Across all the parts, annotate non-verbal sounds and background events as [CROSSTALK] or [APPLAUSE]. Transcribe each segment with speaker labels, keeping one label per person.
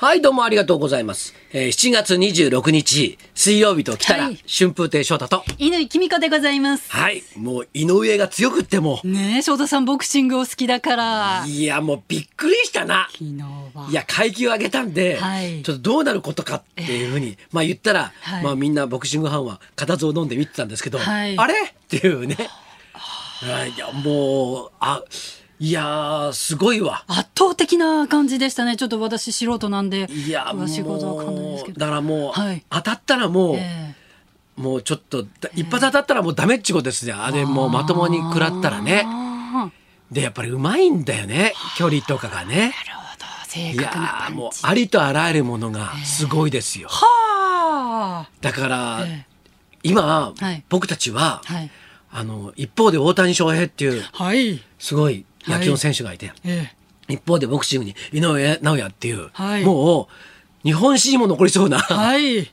Speaker 1: はい、どうもありがとうございます。えー、7月26日、水曜日と来たら、
Speaker 2: はい
Speaker 1: 春風亭昇太と。
Speaker 2: 乾きみかでございます。
Speaker 1: はい、もう井上が強くっても
Speaker 2: ねえ、翔太さんボクシングお好きだから。
Speaker 1: う、
Speaker 2: 昨
Speaker 1: いや、もうびっくりしたな。
Speaker 2: 日は。
Speaker 1: いや、階級上げたんで、
Speaker 2: はい
Speaker 1: ちょっとどうなることかっていうふうに、まあ言ったら、
Speaker 2: はい
Speaker 1: まあみんなボクシングファンは固唾を飲んで見てたんですけど、
Speaker 2: はい
Speaker 1: あれっていうね。はい、いや、もう、あ、いやー、すごいわ。
Speaker 2: 圧倒的な感じでしたね。ちょっと私素人なんで。
Speaker 1: いや、も
Speaker 2: 詳しいことはわかんないですけ
Speaker 1: う、
Speaker 2: ど。
Speaker 1: だからもう、
Speaker 2: はい
Speaker 1: 当たったらもう、
Speaker 2: え
Speaker 1: もうちょっとだ一発当たったらもうダメっちこですねあれもうまともに食らったら
Speaker 2: え
Speaker 1: ね
Speaker 2: あ
Speaker 1: でやっぱりうまいんだよね距離とかがね
Speaker 2: ーなるほど。正
Speaker 1: いや
Speaker 2: 確なパ
Speaker 1: ーも
Speaker 2: ン
Speaker 1: う
Speaker 2: チ。
Speaker 1: ありとあらゆるものがすごいですよ
Speaker 2: はあ。
Speaker 1: だから
Speaker 2: え
Speaker 1: 今
Speaker 2: はい
Speaker 1: 僕たちは
Speaker 2: はい。
Speaker 1: あの一方で大谷翔平っていう
Speaker 2: はい。
Speaker 1: すごい野球の選手がいて
Speaker 2: ええ
Speaker 1: 一方でボクシングに井上尚弥っていう
Speaker 2: はい
Speaker 1: もう日本史にも残りそうな
Speaker 2: はい。え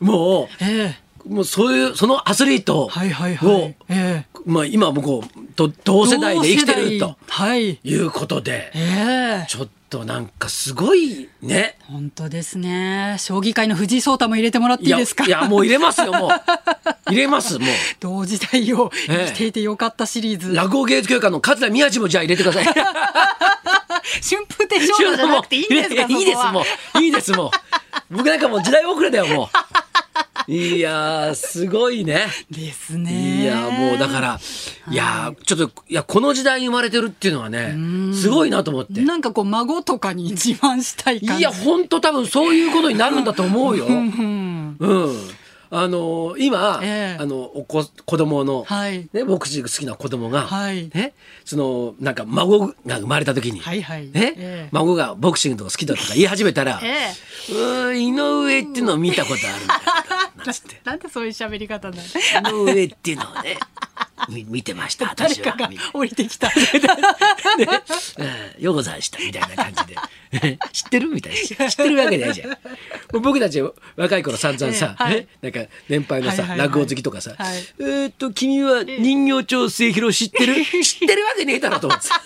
Speaker 1: も
Speaker 2: え
Speaker 1: うもうそういうそのアスリート
Speaker 2: はいはいは
Speaker 1: を
Speaker 2: い。ええ
Speaker 1: まあ、今もこうと同世代で生きてる
Speaker 2: 同世
Speaker 1: と
Speaker 2: 代はい。
Speaker 1: いうことで
Speaker 2: ええ
Speaker 1: ちょっとなんかすごいね
Speaker 2: 本当ですね。将棋界の藤井聡太も入れてもらっていい
Speaker 1: や
Speaker 2: ですか
Speaker 1: いやもう入れますよもう入れますもう
Speaker 2: 同時代を
Speaker 1: ええ
Speaker 2: 生きていてよかったシリーズ。
Speaker 1: 落語芸術協会の桂宮治もじゃあ入れてください
Speaker 2: 春風亭昇太じゃなくていいんです
Speaker 1: [LAUGHS]
Speaker 2: か
Speaker 1: いやいやいいです
Speaker 2: そこ
Speaker 1: も
Speaker 2: は
Speaker 1: ういいですもう僕なんかもう時代遅れだよもういやーすごいね
Speaker 2: ですね。
Speaker 1: いやもうだから、い、やーちょっといやこの時代に生まれてるっていうのはねすごいなと思って
Speaker 2: なんかこう孫とかに自慢したい
Speaker 1: い
Speaker 2: 感じ。
Speaker 1: や、ほんと多分そういうことになるんだと思うよ。うん。
Speaker 2: うん。
Speaker 1: あの今、
Speaker 2: ええ
Speaker 1: あのお子子供の、
Speaker 2: はい
Speaker 1: ね、ボクシング好きな子供が、
Speaker 2: はい
Speaker 1: ね、そのなんか孫が生まれた時に、
Speaker 2: はいはい
Speaker 1: ね
Speaker 2: ええ
Speaker 1: 孫がボクシングとか好きだとか言い始めたら「
Speaker 2: ええ
Speaker 1: うーん井上っていうのを見たことあるんだけど」
Speaker 2: [LAUGHS]
Speaker 1: なんつって
Speaker 2: なんでそういう喋り方な
Speaker 1: 「
Speaker 2: の
Speaker 1: 井上っていうのをねみ見てました
Speaker 2: 誰
Speaker 1: 私は
Speaker 2: か」が
Speaker 1: み
Speaker 2: 降りて
Speaker 1: [LAUGHS]
Speaker 2: きた。
Speaker 1: たいなうん [LAUGHS] ようござんした」みたいな感じで [LAUGHS] 「知ってる?」みたいな知ってるわけないじゃん。もう僕たち若い頃散々さ、
Speaker 2: ええはい
Speaker 1: ねなんか年配のさ、
Speaker 2: はいはいはい
Speaker 1: 落語好きとかさ「
Speaker 2: はい
Speaker 1: えーっと君は人形町末広知ってる、知ってるわけねえだろ」と思って
Speaker 2: [LAUGHS]
Speaker 1: さ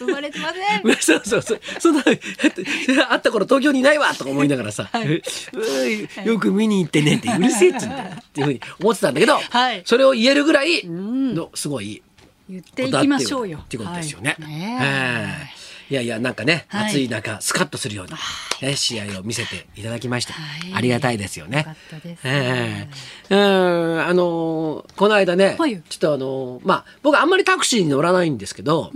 Speaker 2: 生まれてません。
Speaker 1: そうそうそうそんな会った頃東京にいないわとか思いながらさ「
Speaker 2: はいう
Speaker 1: ーよく見に行ってね」って「うるせえ」っつうんだよっていうふうに思ってたんだけど、
Speaker 2: はい
Speaker 1: それを言えるぐらいのすごい
Speaker 2: 言っていきましょうよ。
Speaker 1: っていうことですよね。
Speaker 2: はい
Speaker 1: ええいやいやなんかね、
Speaker 2: はい
Speaker 1: 暑い中スカッとするような、ね、試合を見せていただきまして、
Speaker 2: はい
Speaker 1: ありがたいですよね。
Speaker 2: よかったです
Speaker 1: ええうんあのーこの間ね、
Speaker 2: はい
Speaker 1: ちょっとあのーまあ僕あんまりタクシーに乗らないんですけど、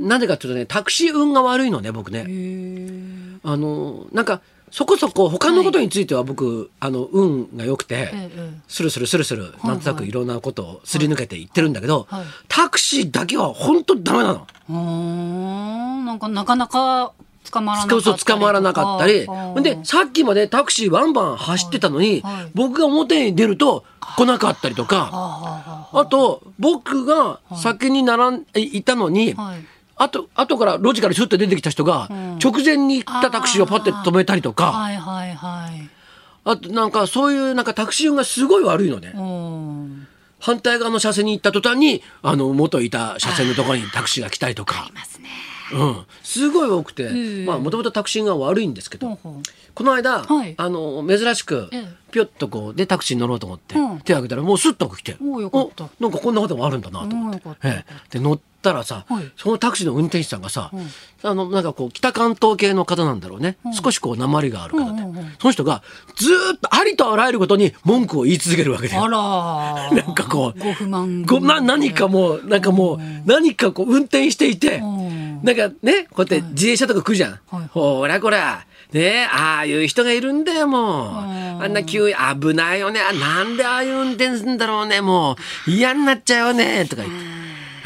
Speaker 1: なぜかというとねタクシー運が悪いのね僕ね。
Speaker 2: へー
Speaker 1: あのーなんかそこそこ他のことについては僕、あの運が良くて。
Speaker 2: ええ
Speaker 1: スルスルスルスルなんとなくいろんなことをすり抜けていってるんだけど、
Speaker 2: はいはい
Speaker 1: タクシーだけは本当ダメなの。
Speaker 2: うーんなんかなかなか捕まらなかったり
Speaker 1: そ
Speaker 2: と
Speaker 1: う捕まらなかったり
Speaker 2: あー
Speaker 1: でさっきまでタクシーバンバン走ってたのに、
Speaker 2: はいはい
Speaker 1: 僕が表に出ると来なかったりとか
Speaker 2: あ
Speaker 1: あと僕が先に並んいたのに、
Speaker 2: ーはい
Speaker 1: あと後から路地からスッと出てきた人が
Speaker 2: ん
Speaker 1: 直前に来たタクシーをパッて止めたりとか
Speaker 2: はいはいはい。
Speaker 1: あとなんかそういうなんかタクシー運がすごい悪いのね。
Speaker 2: うん。
Speaker 1: 反対側の車線に行った途端にあの元いた車線のところにタクシーが来たりとか、
Speaker 2: ますね。
Speaker 1: うん、すごい多くて
Speaker 2: ええ
Speaker 1: まあもともとタクシーが悪いんですけ
Speaker 2: ほう
Speaker 1: ど
Speaker 2: ほう。
Speaker 1: この間、
Speaker 2: はい
Speaker 1: あの珍しく
Speaker 2: ええ
Speaker 1: ぴょっとこうでタクシーに乗ろうと思って、
Speaker 2: うん
Speaker 1: 手を挙げたらもうスッと来て
Speaker 2: おうよかった
Speaker 1: おなんかこんなこともあるんだなと思って
Speaker 2: おうよかった
Speaker 1: ええで乗ったらさ、
Speaker 2: はい
Speaker 1: そのタクシーの運転手さんがさ、
Speaker 2: ん
Speaker 1: あのなんかこう北関東系の方なんだろうね、少しこう鉛がある方で、
Speaker 2: うんうんうん
Speaker 1: その人がずーっとありとあらゆることに文句を言い続けるわけで
Speaker 2: あらー。
Speaker 1: なんかこう
Speaker 2: ご不満。
Speaker 1: ごな何か。もうなんかもう何かこう運転していて
Speaker 2: うん
Speaker 1: なんかねこうやって自転車とか来るじゃん
Speaker 2: はい
Speaker 1: ほらこらねああいう人がいるんだよもう
Speaker 2: うん
Speaker 1: あんな急に危ないよねあなんでああいう運転するんだろうねもう嫌になっちゃうよねとか言って。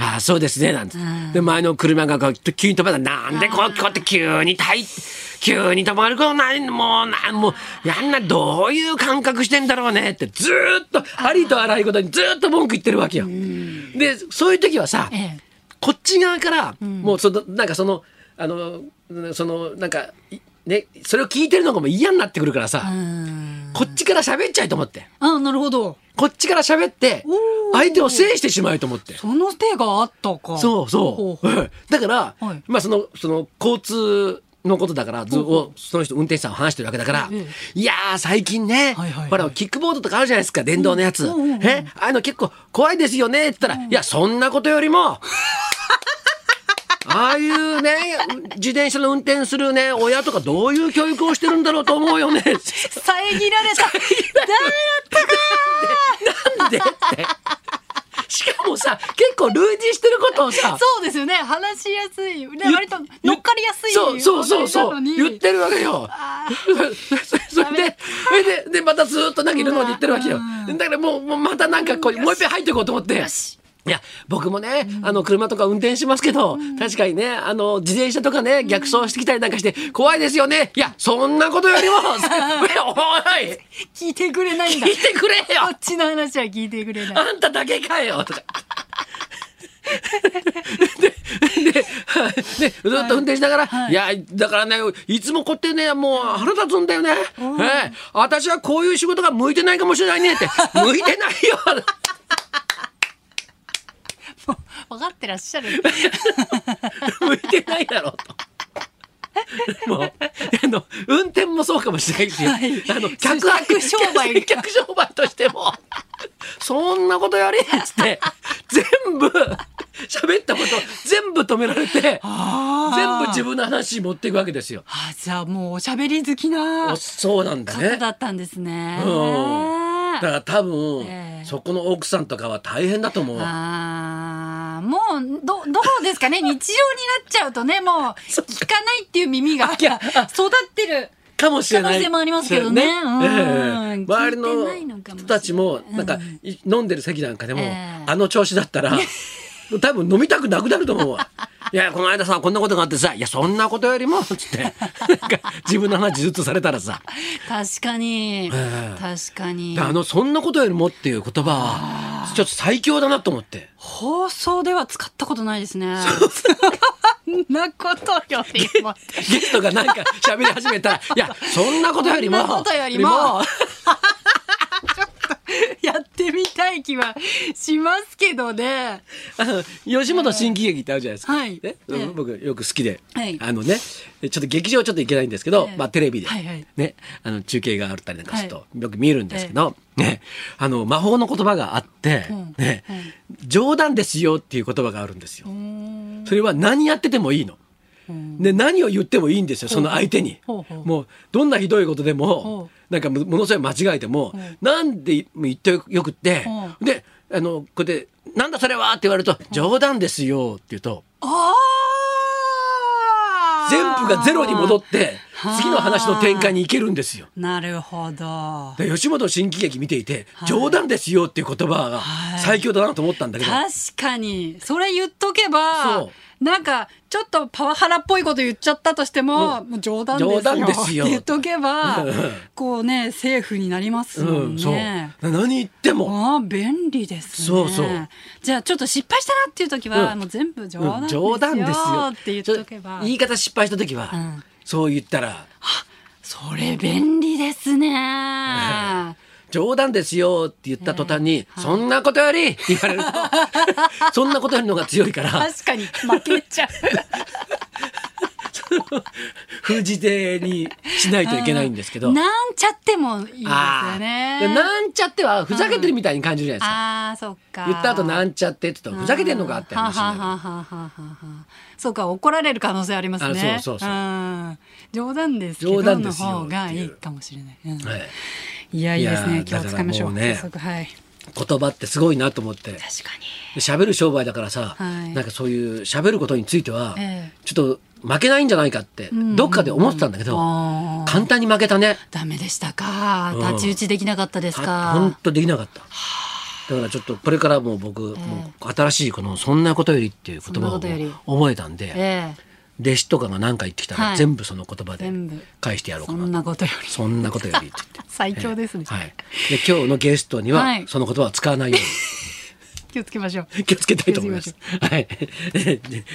Speaker 1: ああそうですねなんて
Speaker 2: うん
Speaker 1: で前の車がこう急に止まったらなんでこうこうやって急にたい急に止まることないもうなもうやんなどういう感覚してんだろうねってずーっとありとあらゆることにずーっと文句言ってるわけよ。でそういう時はさ、
Speaker 2: ええ
Speaker 1: こっち側から、もうそのなんかそのあのそのなんかいねそれを聞いてるのがもう嫌になってくるから
Speaker 2: う
Speaker 1: さ、
Speaker 2: ん。
Speaker 1: こっちから喋っちゃいと思って
Speaker 2: あ、なるほど。
Speaker 1: こっちから喋って
Speaker 2: おー
Speaker 1: 相手を制してしまいと思って。
Speaker 2: その手があったか。
Speaker 1: そうそう。
Speaker 2: ほうほう
Speaker 1: だから、
Speaker 2: はい
Speaker 1: まあそのその交通のことだからずをその人運転手さんを話してるわけだから、いやー最近
Speaker 3: は
Speaker 1: ね、
Speaker 3: いはいはい
Speaker 1: ほらキックボードとかあるじゃないですか電動のやつ、えああいうの結構怖いですよねって言ったら、いやそんなことよりもああいうね自転車の運転するね親とかどういう教育をしてるんだろうと思うよね
Speaker 2: 遮られた。
Speaker 1: なんでってしかもさ結構類似してることをさ
Speaker 2: そうですよね。話しやすい。ね、
Speaker 1: ゆ
Speaker 2: 割と乗っかりやすい。
Speaker 1: そうそうそうそう言ってるわけよ
Speaker 2: あ
Speaker 1: [LAUGHS] それでそれででまたずーっとなんかいるのに言ってるわけよ
Speaker 2: う
Speaker 1: だからもうもうまたなんかこうもう一遍入っていこうと思って
Speaker 2: よし。
Speaker 1: いや僕もね、あの車とか運転しますけど、確かにねあの自転車とかね逆走してきたりなんかして怖いですよねいやそんなことよ
Speaker 2: [LAUGHS]
Speaker 1: りもおい
Speaker 2: 聞いてくれないんだ。
Speaker 1: 聞い
Speaker 2: こ
Speaker 1: てくれよ
Speaker 2: っちの話は聞いてくれない。
Speaker 1: あんただけかよとか。でではいでずっと運転しながら、い、やだからねいつもこうやってねもう腹立つんだよね、ええ私はこういう仕事が向いてないかもしれないねって向いてないよ
Speaker 2: 分かってらっしゃる。
Speaker 1: 向いてないだろうと。 [LAUGHS] もうあの運転もそうかもしれないし、
Speaker 2: はい
Speaker 1: あの客相
Speaker 2: 客商
Speaker 1: [LAUGHS]
Speaker 2: 売
Speaker 1: 客商売としてもそんなことよりっつって全部喋ったこと全部止められて全部自分の話に持っていくわけですよ。
Speaker 2: あ、じゃあもうおしゃべり好きな
Speaker 1: おそうなんだ
Speaker 2: 方
Speaker 1: ね。
Speaker 2: だ
Speaker 1: だか
Speaker 2: ったんですね。
Speaker 1: うんら多分、
Speaker 2: ええ
Speaker 1: そこの奥さんとかは大変だと思う。
Speaker 2: あーもうどどうですかね日常になっちゃうとねもう聞かないっていう耳が
Speaker 1: いやあ
Speaker 2: 育ってる
Speaker 1: かもしれない。
Speaker 2: 可能性もありますけどねうん
Speaker 1: ええ
Speaker 2: 聞
Speaker 1: 周
Speaker 2: い
Speaker 1: り
Speaker 2: てないの
Speaker 1: の
Speaker 2: かもしれない
Speaker 1: 人たちも、なんか、い飲んでる席なんかでも、
Speaker 2: ええ
Speaker 1: あの調子だった
Speaker 2: [LAUGHS]
Speaker 1: ら、多分飲みたくなくなると思うわ。いや、この間さ、こんなことがあってさ、いや、そんなことよりも、つって、なんか、自分の話ずっとされたらさ、
Speaker 2: 確かに、
Speaker 1: ええ
Speaker 2: 確かに
Speaker 1: あの、そんなことよりもっていう言葉は、ちょっと最強だなと思って。
Speaker 2: 放送では使ったことないですね [LAUGHS] そんなことよりも
Speaker 1: ゲストがなんか喋り始めたら、いや、そんなことよりも、
Speaker 2: そんなことよりも
Speaker 1: よ
Speaker 2: やってみたい気はしますけどね
Speaker 1: あの [LAUGHS] 吉本新喜劇ってあるじゃないですか、
Speaker 2: はい
Speaker 1: ね
Speaker 2: ええ
Speaker 1: 僕よく好きで、
Speaker 2: はい
Speaker 1: あのねちょっと劇場ちょっと行けないんですけど、
Speaker 2: ええ
Speaker 1: まあ、テレビで、
Speaker 2: はいはい
Speaker 1: ね、あの中継があったりなんかすると、
Speaker 2: は
Speaker 1: よく見るんですけど、ね、あの魔法の言葉があって、
Speaker 2: うん
Speaker 1: ね冗談ですよっていう言葉があるんですよ。それは何やっててもいいの。で何を言ってもいいんですよその相手に
Speaker 2: ほうほう
Speaker 1: もうどんなひどいことで
Speaker 2: ほ
Speaker 1: も
Speaker 2: う
Speaker 1: なんかもものすごい間違えてもなんで言ってよくって
Speaker 2: ほ
Speaker 1: であのこうやって「なんだそれは!」って言われると「冗談ですよ」って言うと
Speaker 2: あー
Speaker 1: 全部がゼロに戻って次の話の展開に行けるんですよ。
Speaker 2: なるほど
Speaker 1: で吉本新喜劇見ていて「冗談ですよ」っていう言葉が
Speaker 2: はい
Speaker 1: 最強だなと思ったんだけど
Speaker 2: 確かにそれ言っとけ
Speaker 1: そ
Speaker 2: ば
Speaker 1: う
Speaker 2: なんかちょっとパワハラっぽいこと言っちゃったとしても,、
Speaker 1: うん
Speaker 2: もう冗談ですよ
Speaker 1: 冗談ですよ
Speaker 2: って言っとけば
Speaker 1: うん
Speaker 2: こうねセーフになりますも
Speaker 1: うんんそう
Speaker 2: ね
Speaker 1: な。何言っても
Speaker 2: ああ便利ですね
Speaker 1: そうそう
Speaker 2: じゃあちょっと失敗したなっていう時は、
Speaker 1: うん
Speaker 2: もう全部冗
Speaker 1: うん
Speaker 2: 談ですよ,、
Speaker 1: 冗談ですよ
Speaker 2: って言っとけば
Speaker 1: ちょ言い方失敗した時は、
Speaker 2: うん
Speaker 1: そう言ったら
Speaker 2: それ便利ですね。
Speaker 1: 冗談ですよって言った途端に、そんなことよりって言われるとそんなことより [LAUGHS] の方が強いから
Speaker 2: 確かに負けちゃう
Speaker 1: 封じ手にし [LAUGHS] ないといけないんですけど。
Speaker 2: なんちゃってもいいですよ
Speaker 1: あ
Speaker 2: ね
Speaker 1: ーでなんちゃってはふざけてるみたいに感じるじゃないですか。
Speaker 2: ああそっか
Speaker 1: 言った後なんちゃってって言ったらふざけてんのかって話にな
Speaker 2: ははははははそうか怒られる可能性ありますね
Speaker 1: あそうそうそうん
Speaker 2: 冗談ですけ
Speaker 1: 冗
Speaker 2: ど
Speaker 1: 談で
Speaker 2: の
Speaker 1: すよ
Speaker 2: 方がいいかもしれない、うん
Speaker 1: る。はい
Speaker 2: いやいいです
Speaker 1: い
Speaker 2: ね
Speaker 1: やー
Speaker 2: 気をつかみましょう
Speaker 1: だからもうね
Speaker 2: 早速はい
Speaker 1: 言葉ってすごいなと思って。で
Speaker 2: 確かに
Speaker 1: 喋る商売だからさ、
Speaker 2: はい
Speaker 1: なんかそういう喋ることについては、
Speaker 2: ええ
Speaker 1: ちょっと負けないんじゃないかって、どっかで思ってたんだけど、
Speaker 2: あー
Speaker 1: 簡単に負けたね。
Speaker 2: ダメでしたか
Speaker 1: うん
Speaker 2: 太刀打ちできなかったですか、
Speaker 1: 本当できなかった。だからちょっとこれからもう僕、もう新しいこの「そんなことより」っていう言葉
Speaker 2: そんなことより
Speaker 1: を覚えたんで
Speaker 2: ええ
Speaker 1: 弟子とかが何か言ってきた
Speaker 2: は
Speaker 1: ら
Speaker 2: い
Speaker 1: 全部その言葉で
Speaker 2: 全部
Speaker 1: 返してやろう
Speaker 2: そ
Speaker 1: か
Speaker 2: ん
Speaker 1: な
Speaker 2: なことより
Speaker 1: そんなことよりって
Speaker 2: 最強です
Speaker 1: 言っ、
Speaker 2: ね
Speaker 1: て、 [LAUGHS] はい、で今日のゲストに
Speaker 2: は
Speaker 1: はいその言葉は使わないよ
Speaker 2: 気をつけましょう [LAUGHS]
Speaker 1: うに気をつけたいと思います。はい、 [LAUGHS]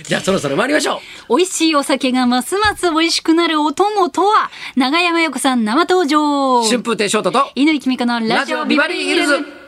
Speaker 1: じゃあそろそろ参りましょう
Speaker 2: 美味しいお酒がますます美味しくなるお供とは長山洋子さん生登場
Speaker 1: 春風亭昇太と
Speaker 2: 犬木美香のラジオビバリーヒルズ。